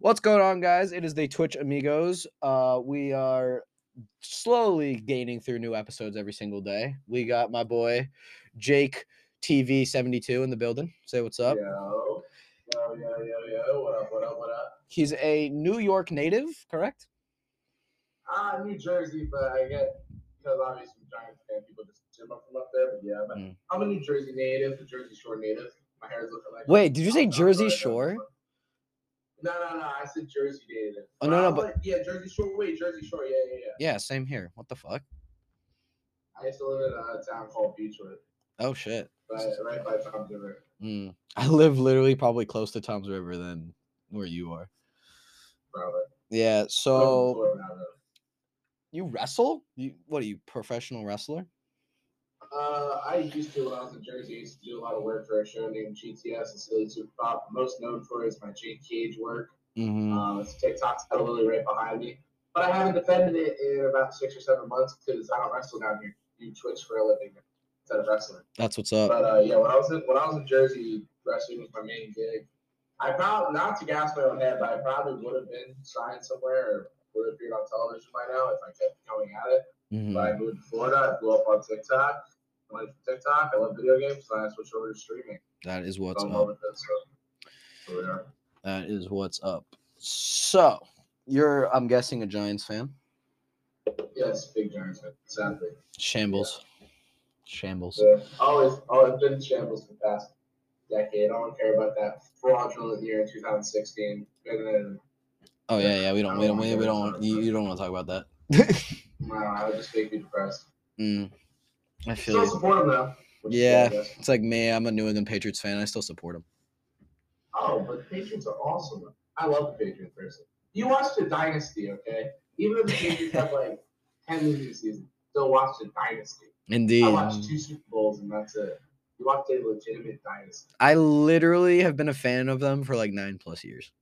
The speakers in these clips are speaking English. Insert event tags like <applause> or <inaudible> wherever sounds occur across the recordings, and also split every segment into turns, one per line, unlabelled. What's going on, guys? It is the Twitch Amigos. Uh, we are slowly gaining through new episodes every single day. We got my boy Jake TV72 in the building. Say what's up.
Yo. Yo, yo, yo, yo. What up, what up, what up?
He's a New York native, correct?
Ah, New Jersey, but I get, because obviously I'm Giants fan, people just assume I'm from up there. But yeah, but
Mm.
I'm a New Jersey native, a Jersey Shore native. My hair is looking like.
Wait, did you say
I'm not
Jersey
really-
Shore?
No, no, no. I said Jersey native.
Oh, no, no,
I'm
but-
like- yeah, Jersey Shore. Wait, Jersey Shore. Yeah, yeah, yeah.
Yeah, same here. What the fuck?
I used to live in a town called Beechwood,
Oh shit.
right, right by Tom's River.
Mm. <laughs> I live literally probably close to Tom's River than where you are.
Probably.
Yeah. So
Florida, I don't know.
you wrestle? You what are you professional wrestler?
Uh, I used to, when I was in Jersey, I used to do a lot of work for a show named GTS and Silly Super Pop. Most known for is my Jake Cage work.
Mm-hmm.
Uh, it's TikTok's got a lily right behind me. But I haven't defended it in about six or seven months because I don't wrestle down here. You Twitch for a living instead of wrestling.
That's what's up.
But uh, yeah, when I was in, when I was in Jersey, wrestling was my main gig. I probably not to gas my own head, but I probably would have been signed somewhere or would have appeared on television by now if I kept going at it.
Mhm.
But I moved to Florida. I blew up on TikTok. I went from TikTok. I love video games. So I switched over to streaming.
That is
So
what's
I'm
up.
all with it, so- so yeah.
That is what's up. So you're, I'm guessing, a Giants fan.
Yes, big Giants fan. Sadly,
Shambles. Shambles.
so always, always been in shambles for the past decade. I don't care about that fraudulent year in 2016. Been in,
Oh yeah, yeah. We don't. We
I
don't.
don't
We,
wanna
we
go
don't.
into
You,
it.
you don't want to talk about that.
no, I would just make me depressed.
Mm. I feel
Still
you.
support them though. which is
Yeah.
good, I guess.
It's like me. I'm a New England Patriots fan. I still support them.
Oh, but the Patriots are awesome. I love the Patriots person. You watch the dynasty, okay? Even if the Patriots have like <laughs> ten losing seasons, still watch the dynasty.
Indeed.
I watched two Super Bowls and that's it. You watched a legitimate dynasty.
I literally have been a fan of them for like nine plus years.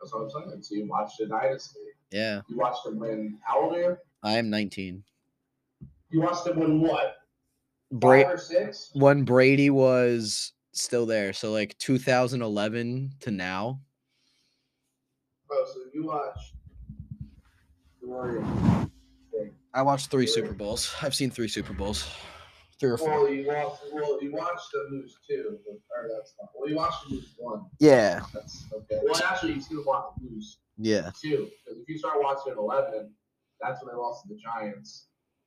That's what I'm saying. So you watched the dynasty.
Yeah,
You watched them win how old are you?
I am 19.
You watched them win what?
Bra-
Five or six?
when Brady was still there, so like 2011 to now.
Bro, so you watched the Warriors. thing.
I watched three Super Bowls. I've seen three Super Bowls, three or four.
Well, you watched. Well, you watched them lose two. but- Or that's not. Well, you watched them lose one.
Yeah,
That's okay. Well, actually, you see them watch them lose
yeah.
two. Because if you start watching at 11, that's when they lost to the Giants.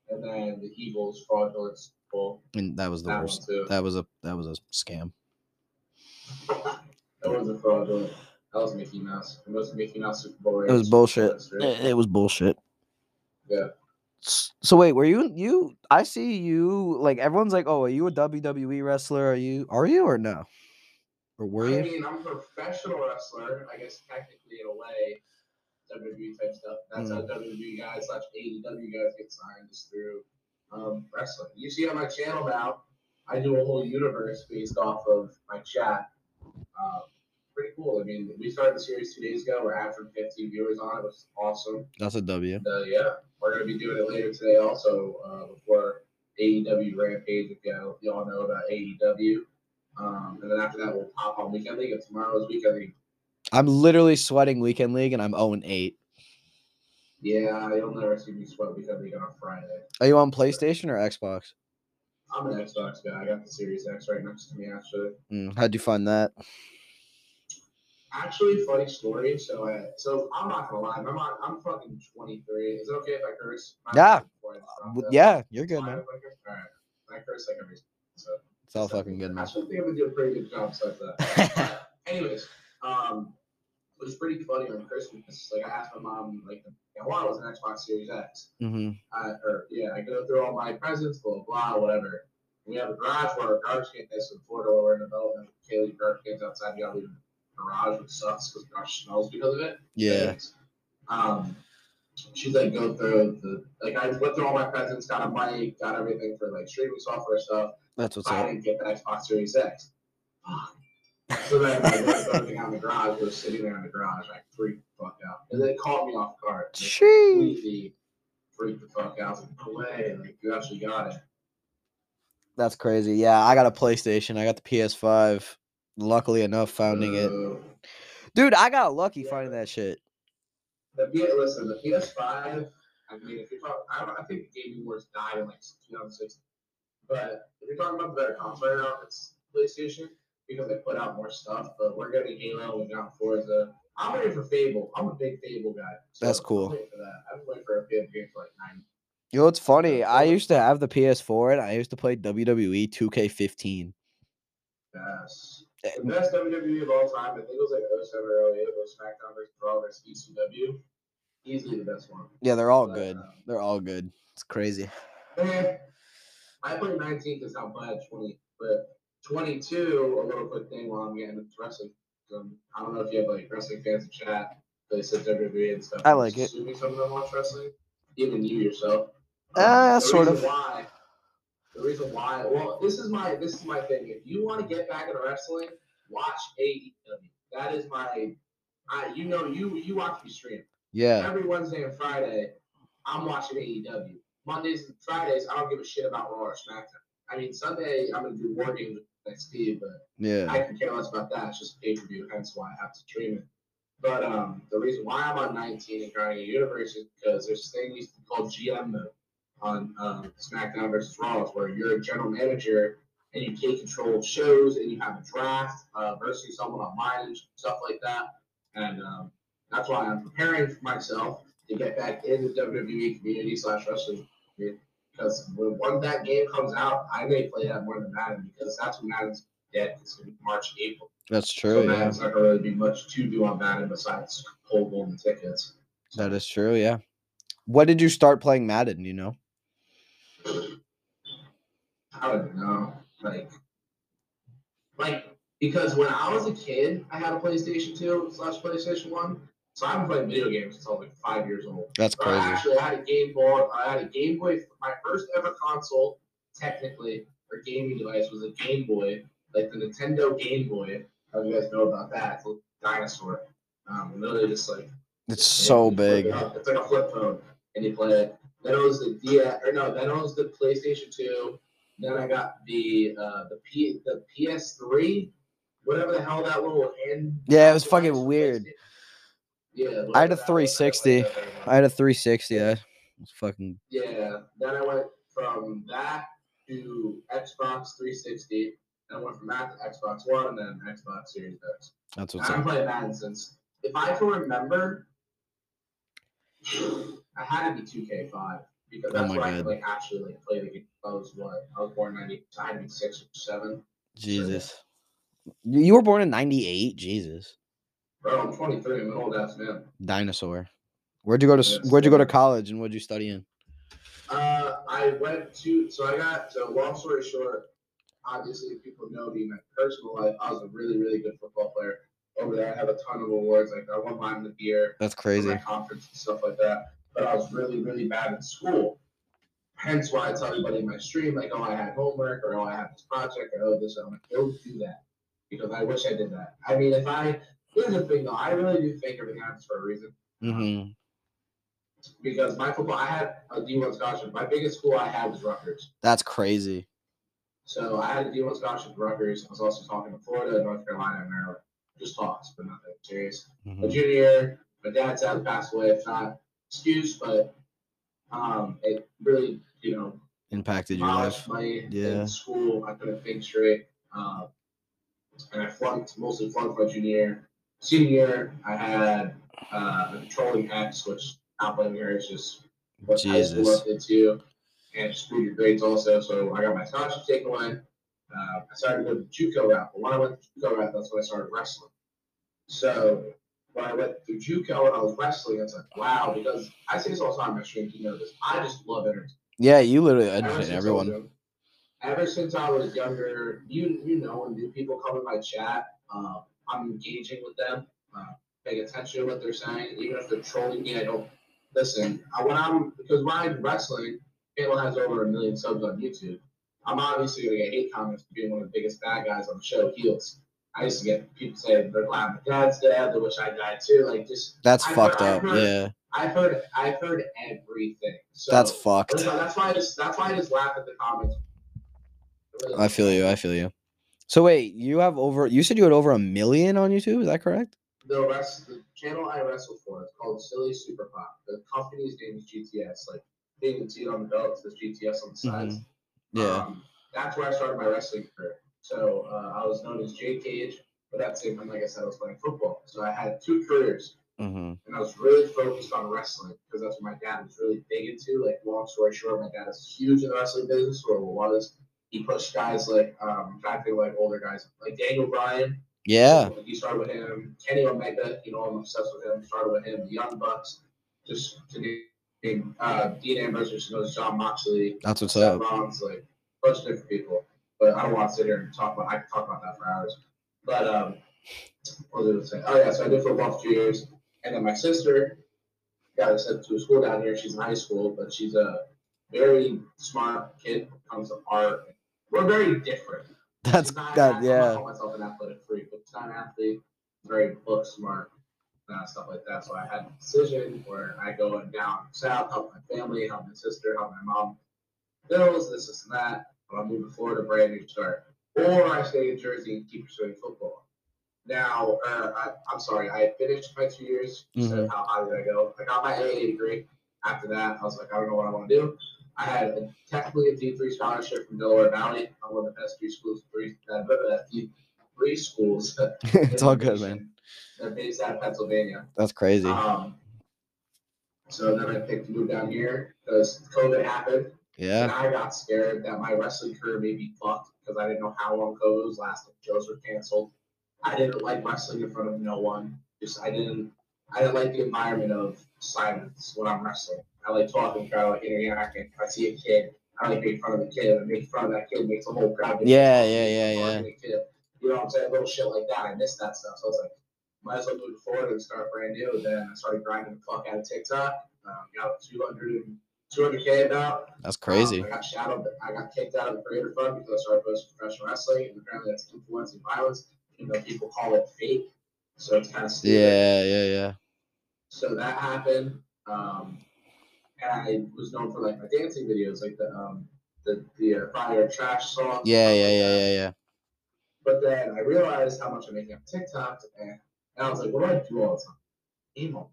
And then the Eagles fraudulent Super Bowl.
And that was the
That one,
worst.
too.
That was a that was a scam.
That was a fraudulent. That was Mickey Mouse. The most Mickey Mouse Super Bowl.
It was bullshit.
Right?
It, it was bullshit.
Yeah.
S- So wait, were you you? I see you. Like everyone's like, oh, are you a WWE wrestler? Are you? Are you or no? Or were
I
you?
mean, I'm a professional wrestler. I guess technically, in a way, WWE type stuff. That's
Hmm.
how WWE guys slash AEW guys get signed is through um, wrestling. You see on my channel now, I do a whole universe based off of my chat. Um, pretty cool. I mean, we started the series two days ago. We're averaging 50 viewers on it, which is awesome.
That's a W.
And, uh, yeah, we're gonna be doing it later today also uh, before AEW Rampage. If y'all, if y'all know about AEW, um, and then after that we'll pop on Weekend League. And tomorrow's Weekend League.
I'm literally sweating weekend league, and I'm 0 and 8.
Yeah, you'll never see me sweat Weekend League on a Friday.
Are you on PlayStation or Xbox?
I'm an Xbox guy. I got the Series X right next to me actually.
Mm, how'd you find that?
Actually, funny story. So, I, so I'm not gonna lie. My mom, I'm fucking 23. Is it okay if I curse? My
Yeah.
mom- before I stop
W-
this?
Yeah, you're good,
Fine
man.
if I curse? All right. I curse like every. So.
It's all fucking good,
I
man.
actually think I'm gonna do a pretty good job besides that. But anyways, um, it was pretty funny on Christmas. Like I asked my mom, like, I wanted was an Xbox Series X.
hmm
Uh, or yeah, I go through all my presents, blah blah, whatever. We have a garage where our garbage can is in Florida where we're in development. Kaylee garbage cans outside. We got leave the garage, which sucks because garage smells because of it.
Yeah.
Anyways, Um, she's like go through the like I went through all my presents, got a mic, got everything for like streaming software stuff.
That's what's
I
up.
didn't get the Xbox Series X. Fuck. So then I left everything out in the garage. We were sitting there in the garage. I freaked the fuck out. And then it caught me off guard. Like,
Sheesh.
completely freaked the fuck out. I was like, no way. Like, you actually got it.
That's crazy. Yeah, I got a PlayStation. I got the PS5. Luckily enough, founding it.
Uh,
Dude, I got lucky
Yeah.
finding that shit.
The P- listen, the PS5. I mean, if you're talking, I, don't- I think Gaming Wars died in like 2006. But if you're talking about the better console right now, it's PlayStation because they put out more stuff. But we're getting Halo. We got Forza. I'm waiting for Fable. I'm a big Fable guy. so
That's cool.
I'm waiting for that. I've been waiting for a Fable game for like nine.
Yo, it's funny. I
cool.
used to have the PS4 and I used to play E WWE 2K15.
Yes.
Eh,
The best WWE of all time. I think it was like 07 or 08. was SmackDown versus Raw versus ECW. Easily the best one.
Yeah, they're all
But,
good.
um,
They're all good. It's crazy.
Eh, I put 19 because I'm glad 20, but 22, a little quick thing while I'm getting into wrestling. Um, I don't know if you have like wrestling fans in chat, but they said WWE and stuff.
I
I'm
like
just
it.
Assuming some of them watch wrestling, even you yourself.
Uh,
the
sort
reason
of.
Why, the reason why, well, this is my this is my thing. If you want to get back into wrestling, watch AEW. That is my, I you know you you watch me stream
Yeah.
every Wednesday and Friday, I'm watching AEW. Mondays and Fridays, I don't give a shit about Raw or SmackDown. I mean, Sunday, I'm going to do War Games with NXT, but
Yeah.
I can care less about that. It's just pay per view, hence why I have to stream it. But um, the reason why I'm on 19 and grinding a universe is because there's this thing we used to call GM mode on um, SmackDown versus Raw, where you're a general manager and you take control of shows and you have a draft uh, versus someone online and stuff like that. And um, that's why I'm preparing for myself to get back in the WWE E community slash wrestling community. Because when, when that game comes out, I may play that more than Madden because that's when Madden's dead. It's going to be March, April.
That's
so
Oh,
true. Yeah.
Madden's not going to really be much to do on Madden besides cold golden tickets.
That is true. Yeah. When did you start playing Madden? You know?
I don't know. Like, like because when I was a kid, I had a PlayStation 2 slash PlayStation 1. So I've been playing video games since I was like five years old.
That's
Or
crazy.
Actually, I had a Game Boy. I had a Game Boy. My first ever console, technically, or gaming device was a Game Boy, like the Nintendo Game Boy. How do you guys know about that? It's a little dinosaur. Um, literally just like
It's
and
so
you flip it
big.
up. It's like a flip phone, and you play it. Then it was the DS, or no, then it was the PlayStation Two. Then I got the uh, the P the PS3, whatever the hell that little hand.
Yeah, it was
that
fucking
was
weird.
PlayStation. Yeah.
I had
whatever
a
that was,
360.
that was
I had a 360. I was fucking.
yeah. Then I went from that to Xbox 360. Then I went from that to Xbox One and then Xbox Series X.
That's
I
what's up.
haven't played Madden since. If I can remember, <sighs> I had to be 2K5 because
Oh
that's
my
where I could
God.
like actually like play the game. I was what I was born 90, so I had to be six or seven.
Jesus. You you were born in 98. Jesus.
Bro, I'm 23. I'm an old ass man.
Dinosaur. Where'd you go to s-
Yes,
Where'd you go to
sir.
college and what'd you study in?
Uh, I went to so I got so long story short. Obviously, people know me in my personal life. I was a really really good football player over there. I have a ton of awards. Like I won Lyman of the year.
That's
for my
crazy.
conference and stuff like that. But I was really, really bad in school. Hence why I tell everybody in my stream, like, oh, I had homework, or oh, I had this project, or oh, this. I'm like, don't do that because I wish I did that. I mean, if I here's the thing though, I really do think everything happens for a reason
hmm
because my football, I had a D1 scholarship. My biggest school I had was Rutgers.
That's crazy.
So I had a D1 scholarship at Rutgers. I was also talking to Florida, North Carolina, and Maryland. Just talks, but nothing serious.
Mhm.
my
Mm-hmm.
junior year. My dad sadly passed away. It's not an excuse, but um, it really, you know,
Impacted your life.
demolished my
Yeah.
in school. I couldn't think straight. Um, and I flunked, mostly flunked my junior year. Senior year, I had uh, a controlling X, which not blaming her, it's just what high school
Jesus.
left into. And it screwed your grades also. So I got my scholarship taken away. Uh, I started to go to JUCO route, but when I went to JUCO route, that's when I started wrestling. So when I went through JUCO and I was wrestling, it's like wow, because I say this all the time. My stream, you know this. I just love entertainment.
Yeah, you literally
Ever
entertain
since I was
everyone.
young- Ever since I was younger, you you know when new people come in my chat, um, I'm engaging with them, uh, paying attention to what they're saying, even if they're trolling me. I don't listen. I, when I'm because when I'm wrestling, Caitlyn has over a million subs on YouTube. I'm obviously gonna get hate comments for being one of the biggest bad guys on the show, heels. I used to get people saying they're glad my dad's dead, they wish I died too. Like just
That's
I-
fucked
I- I
up.
heard-
Yeah,
I've heard I've heard everything. So
that's fucked.
that's why, that's why I just that's why I just laugh at the comments.
I feel you. I feel you. So wait, you have over. You said you had over a million on YouTube. Is that correct?
the rest the channel I wrestle for is called Silly Super Pop. The company's name is GTS. Like they can see it on the belts, there's GTS on the sides.
Mm-hmm. Yeah.
Um, that's where I started my wrestling career. So uh, I was known as Jay Cage, but that same time, like I said, I was playing football. So I had two careers,
hmm
and I was really focused on wrestling because that's what my dad was really big into. Like, long story short, my dad is huge in the wrestling business, or was. He pushed guys like, um, in fact, they were like older guys, like Daniel Bryan.
Yeah.
Like, You started with him. Kenny Omega, you know, I'm obsessed with him. Started with him. The Young Bucks, just to name uh, Dean Ambrose, which knows John Moxley.
That's what's
Seth
up.
Rollins, like a bunch of different people. But I don't want to sit here and talk about. I can talk about that for hours. But um, what was I gonna say? Oh yeah, so I did football for two years, and then my sister got sent to a school down here. She's in high school, but she's a very smart kid when it comes to art. We're very different.
That's
She's not an
that.
athlete. I'm not
Yeah.
calling myself an athletic freak, but she's not an athlete. Very book smart, uh, stuff like that. So I had a decision where I go and down south, help my family, help my sister, help my mom, bills, this, this, and that. But I'm moving to Florida, brand new start. Or I stay in Jersey and keep pursuing football. Now, uh, I, I'm sorry, I finished my two years. You
Mm-hmm.
said, how high did I go? I got my AA degree. After that, I was like, I don't know what I want to do. I had a, technically a D three scholarship from Delaware Valley. I'm one of the best three schools, three uh, three
<laughs>
schools.
<laughs> it's all good, man.
They're based out of Pennsylvania.
That's crazy.
Um, so then I picked to move down here because COVID happened, and
yeah.
I got scared that my wrestling career may be fucked because I didn't know how long COVID was lasting. Shows were canceled. I didn't like wrestling in front of no one. Just I didn't. I didn't like the environment of silence when I'm wrestling. I like talking, try like interacting. If I see a kid, I like making fun of the kid. And making fun of that kid makes the whole crowd. get
Yeah,
talking,
yeah, yeah,
talking
yeah.
to the kid. You know what I'm saying? Little shit like that. I miss that stuff. So I was like, might as well move forward and start brand new. Then I started grinding the fuck out of TikTok. Um, got 200, 200k about.
That's crazy.
Um, I got shadowed. I got kicked out of the creator fund because I started posting professional wrestling, and apparently that's influencing violence. Even though people call it fake, so it's kind of stupid.
Yeah, yeah, yeah.
So that happened, um, and I was known for like my dancing videos, like the um, the the uh, fire trash song.
Yeah, yeah, yeah, yeah, yeah.
But then I realized how much I'm making on TikTok, and, and I was like, what do I do all the time? Emo.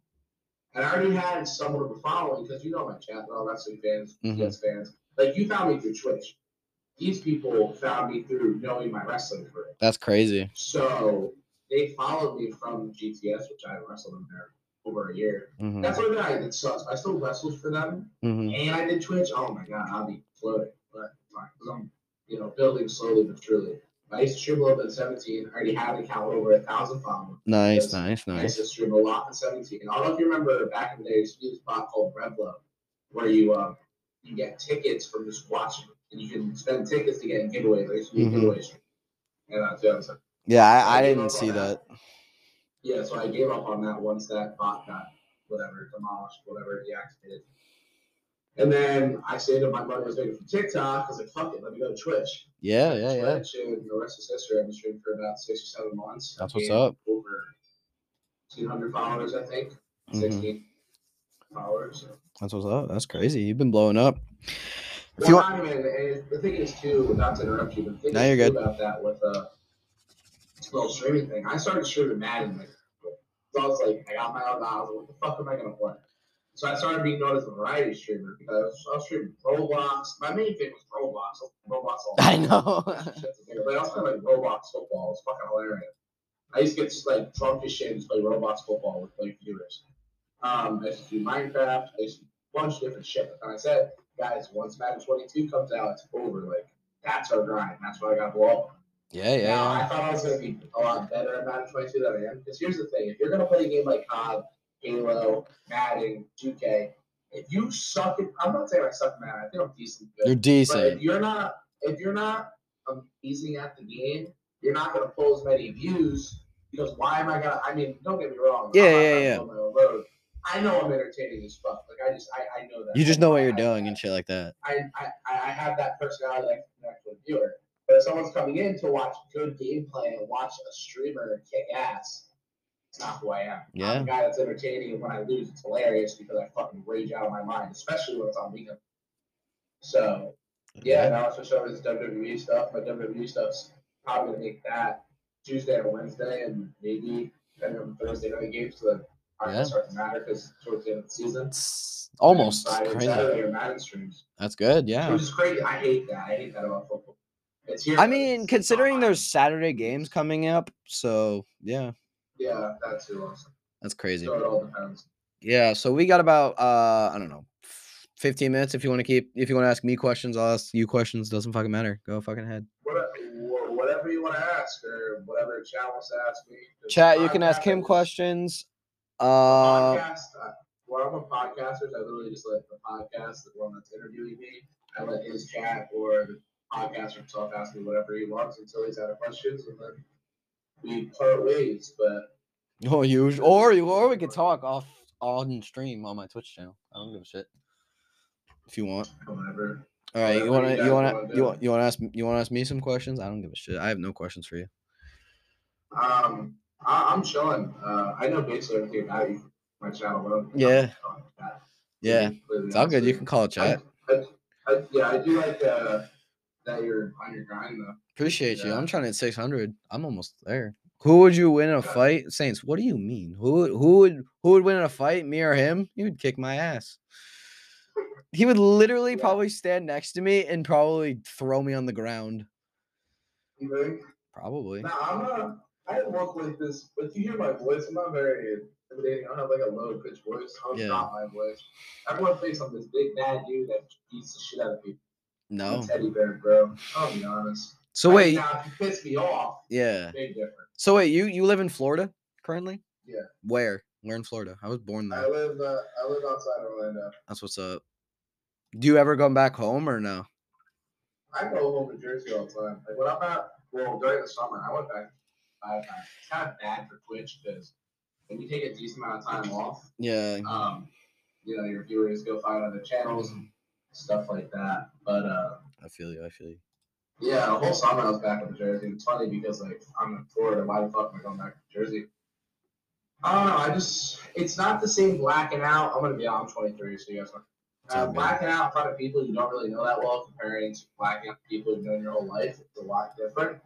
And I already had somewhat of a following because you know my chat, all wrestling fans,
Mhm.
PS fans. Like you found me through Twitch. These people found me through knowing my wrestling career.
That's crazy.
So they followed me from GTS, which I wrestled in there over a year.
Mm-hmm.
hmm
That's what I did. Sucks. I still wrestled for them,
hmm
and I did Twitch. Oh my god, I'll be floating, but fine, 'cause I'm you know building slowly but surely. I used to stream a little bit in 17. I already had an account with over a thousand followers.
Nice, nice,
I
nice.
used to stream a lot in 17. I don't know if you remember back in the day, there used to be this spot called Revlo, where you um you get tickets from just watching, and you can spend tickets to get in giveaways. There used to be
Mhm.
giveaways, and uh, so I was like,
Yeah, I, I
I gave
didn't
up on
see that.
that. yeah, so I gave up on that once that bot got whatever demolished, whatever deactivated. And then I saved up my money I was making from TikTok. I was like, fuck it, let me go to Twitch.
Yeah, yeah, yeah.
Twitch and the rest is history. I've been streaming for about six or seven months.
That's what's
Gained
up.
Over 200 followers, I think.
hmm
16 followers. So.
That's what's up. That's crazy. You've been blowing
<laughs>
up. If
Well,
you want,
not even, and the thing is too, not to interrupt you, but the thing
No,
is
you're
too
good.
about that with uh, this little streaming thing. I started streaming Madden, like, so I was like, I got my own knowledge. What the fuck am I gonna play? So I started being known as a variety streamer because I was, I was streaming Roblox. My main thing was Roblox. Roblox all
<laughs> I know.
But I also played like Roblox football. It was fucking hilarious. I used to get like drunk as shit and just play Roblox football with like viewers. Um, I used to do Minecraft. I used to do a bunch of different shit. And I said, guys, once Madden 22 comes out, it's over. Like, that's our grind. That's why I got blow up.
yeah, yeah,
Now, I
yeah.
thought I was going to be a lot better at Madden 22 than I am. Because here's the thing if you're going to play a game like COD, Halo, Madden, 2K, if you suck at, I'm not saying I suck at Madden, I think I'm decent. Good.
You're
But if
decent.
you're not if you're not amazing at the game, you're not gonna pull as many views because why am I gonna I mean, don't get me wrong,
Yeah,
I'm not
yeah,
trying to
yeah.
go my own road. I know I'm entertaining as fuck. Like I just I, I know that.
You just know what
I-
you're
I-
doing and shit like that.
I, I, I have that personality that can connect with a viewer. But if someone's coming in to watch good gameplay and watch a streamer kick ass, it's not who I am.
Yeah.
I'm the guy that's entertaining, and when I lose, it's hilarious because I fucking rage out of my mind, especially when it's on weekend. So, yeah, now I switched over to this WWE E stuff. My WWE stuff's probably going to make that Tuesday or Wednesday, and maybe and then Thursday night games to them. I
Yeah.
yeah. start to matter because towards the end of the season.
It's almost
Friday,
crazy.
Saturday are Madden streams,
That's good. Yeah.
which is crazy. I hate that. I hate that about football. It's here.
I
but
mean,
it's
considering
not.
there's Saturday games coming up, so yeah,
yeah, that's too awesome.
that's crazy.
So it all depends.
Yeah, so we got about uh I don't know, f- fifteen minutes. If you want to keep, if you want to ask me questions, I'll ask you questions. Doesn't fucking matter. Go fucking ahead.
Whatever, wha- whatever you want to ask, or whatever chat wants to ask me. 'cause
Chat, you can ask him
podcasters-
questions. Uh,
podcast. Uh, well, I'm a podcaster, so I literally just let the podcast, the one that's interviewing me, I let his chat or the podcaster himself ask me whatever he wants until he's out of questions, and then we part ways. But
or Oh, you, or you, or we could talk off on stream on my Twitch channel. I don't give a shit. If you want,
whatever.
all right. You
Whatever
want
you
to,
guys
you want
wanna
to, you
do.
want, you want to ask, you want to ask me some questions. I don't give a shit. I have no questions for you.
Um, I, I'm chilling. Uh, I know basically everything about you. My chat alone.
Yeah. Yeah,
Completely
it's all good. You
honest
can call it
with you.
chat.
I, I, yeah, I do like uh, that you're on your grind though.
Appreciate you.
Yeah.
I'm trying to hit 600. I'm almost there. Who would you win in a
Okay.
fight? Saints. What do you mean? Who would who would who would win in a fight? Me or him? He would kick my ass. He would literally
Yeah.
probably stand next to me and probably throw me on the ground.
You think?
Probably.
No, I'm not. I don't work like this, but you hear my voice. I'm not very intimidating. I don't have like a low pitched voice. I'll
Yeah.
drop my voice. Everyone thinks I'm this big bad dude that beats the shit out of people. I'm a
No.
teddy bear, bro. I'll be honest.
So
I-
wait,
now, if you piss me off,
yeah.
big difference.
So wait, you you live in Florida currently?
Yeah.
Where? Where in Florida? I was born
I
there.
live. Uh, I live outside Orlando.
That's what's up. Do you ever come back home or no?
I go home to Jersey all the time. Like when I'm out, well, during the summer, I went back. five times. It's kind of bad for Twitch because when you take a decent amount of time off,
Yeah.
um, you know, your viewers go find other channels and stuff like that. But uh,
I feel you. I feel you.
yeah, the whole summer I was back in Jersey. It's funny because like I'm in Florida, why the fuck am I going back to Jersey? I don't know. I just it's not the same blacking out. I'm gonna be I'm 23, so you guys are. Uh,
Sound good.
blacking out in front of people you don't really know that well comparing to blacking out people you've known your whole life, it's a lot different.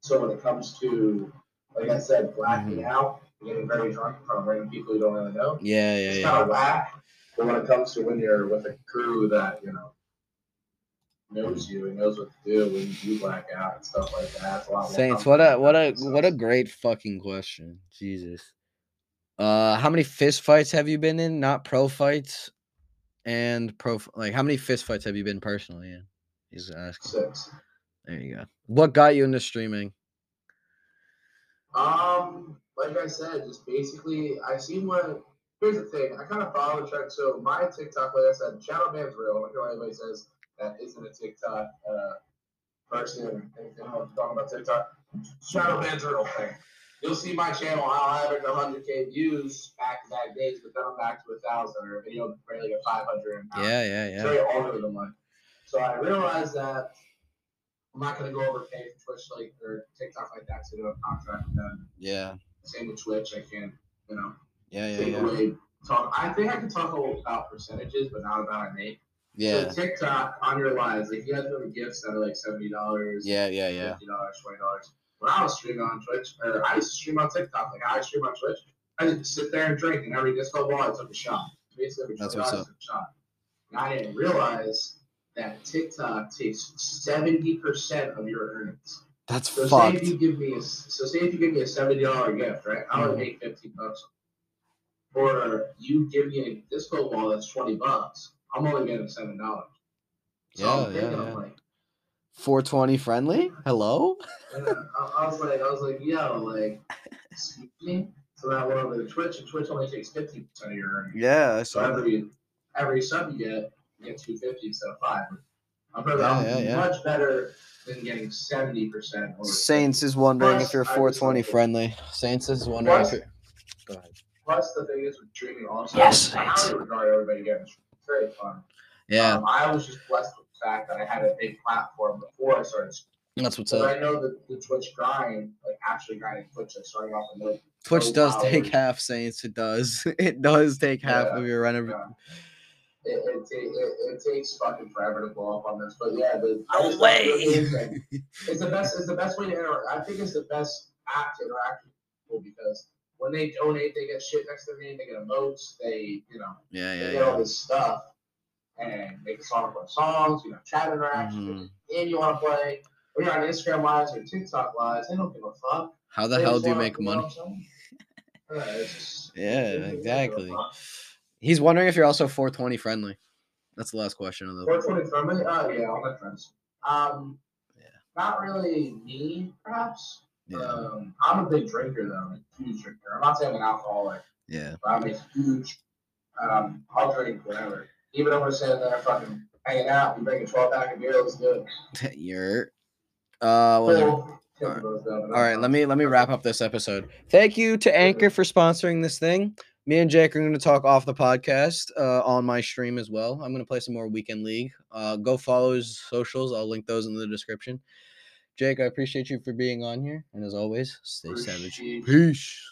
So when it comes to, like I said, blacking out, getting very drunk in front of random people you don't really know,
Yeah, yeah,
it's
yeah.
kind of whack. But when it comes to when you're with a crew that you know knows you and knows what to do when you black out and stuff like that, it's a uh lot. more
Saints, what a
comfortable
what a
for
what a
themselves.
great fucking question. Jesus. Uh how many fist fights have you been in? Not pro fights and pro f- like how many fist fights have you been personally in? He's asking.
six.
There you go. What got you into streaming?
Um, like I said, just basically, I seen what. Here's the thing. I kind of follow the track. So my TikTok, like I said, shadow ban's real. I don't care what anybody says that isn't a TikTok uh, person. And you know, talking about TikTok, shadow ban's a real thing. You'll see my channel. I'll average 100k views back to back days, but then I'm back to a thousand or a video barely at 500. and
Yeah, yeah, yeah.
it's very algorithm like. So I realized that I'm not gonna go overpay for Twitch like or TikTok like that to do a contract with them.
Yeah.
Same with Twitch, I can't, you know,
Yeah, yeah,
take
yeah.
away talk. I think I can talk a little about percentages, but not about I make.
Yeah.
So TikTok on your lines, like you guys remember gifts that are like seventy dollars,
Yeah, yeah, yeah.
fifty dollars, twenty dollars. When I was streaming on Twitch, or I used to stream on TikTok, like I stream on Twitch, I just sit there and drink, and every disco ball I took a shot. Basically, every
That's
$20
what's
I
up.
took a shot. And I didn't realize that TikTok takes seventy percent of your earnings.
That's
So say
fucked.
if you give me a so say if you give me a seventy dollar gift, right? I would
Mhm.
make fifteen bucks. Or you give me a disco ball that's twenty bucks. I'm only getting seven dollars. So
Yeah,
I'm thinking,
yeah,
I'm
yeah.
like,
420 friendly? Hello?
and then I, I was like, I was like, yo, like, excuse me. So that went over to Twitch, and Twitch only takes fifteen percent of your earnings.
Yeah, I
So every every sub you get, you get two fifty instead of five. I'm probably
Yeah,
I'm
yeah, yeah.
much better than getting seventy percent.
Saints is wondering if
Plus,
you're
I just
420
like it.
friendly. Saints is wondering if
Plus-
you're Go ahead.
Plus, the thing is with streaming also,
Yes,
I
it's-
highly regard everybody getting it's very fun.
Yeah,
Um, I was just blessed with the fact that I had a big platform before I started.
that's what's
So
up.
I know that the Twitch grind, like actually grinding Twitch, I started off with no.
Twitch does take
hours.
half, Saints. It does. <laughs> It does take half
Yeah,
of your rent.
yeah. It, it, ta- it, it takes fucking forever to blow up on this, but yeah, the I just
way.
love doing
<laughs>
it, and It's the best. It's the best way to interact. I think it's the best app to interact with people because when they donate, they get shit next to their name. They get emotes. They, you know,
Yeah,
they
yeah,
get all
yeah.
this stuff, and they can song for songs. You know, chat interactions.
Mhm.
And you want to play? When you're on Instagram lives or TikTok lives, they don't give a fuck.
How the
They
hell
just
do you
wanna-
make
know
money?
what I'm saying? Yeah, it's just-
<laughs> Yeah,
they don't give a
exactly.
fuck.
He's wondering if you're also 420 friendly. That's the last question of the.
Which one is friendly? Oh yeah, all my friends. Um,
Yeah.
not really me, perhaps.
Yeah,
Um, I'm a big drinker though, I'm a huge drinker. I'm not saying I'm an alcoholic,
yeah, <laughs>
but I'm a huge. Um, I'll drink whatever. Even if we're sitting there fucking hanging out, we bring a 12 pack of beer. Let's do it.
you're. Uh, well, there-
Cool. Kill
Alright.
those, though, but
all right.
I'm-
Let me let me wrap up this episode. Thank you to Anchor for sponsoring this thing. Me and Jake are going to talk off the podcast uh, on my stream as well. I'm going to play some more weekend league. Uh, go follow his socials. I'll link those in the description. Jake, I appreciate you for being on here, and as always, stay savage.
Appreciate
Peace.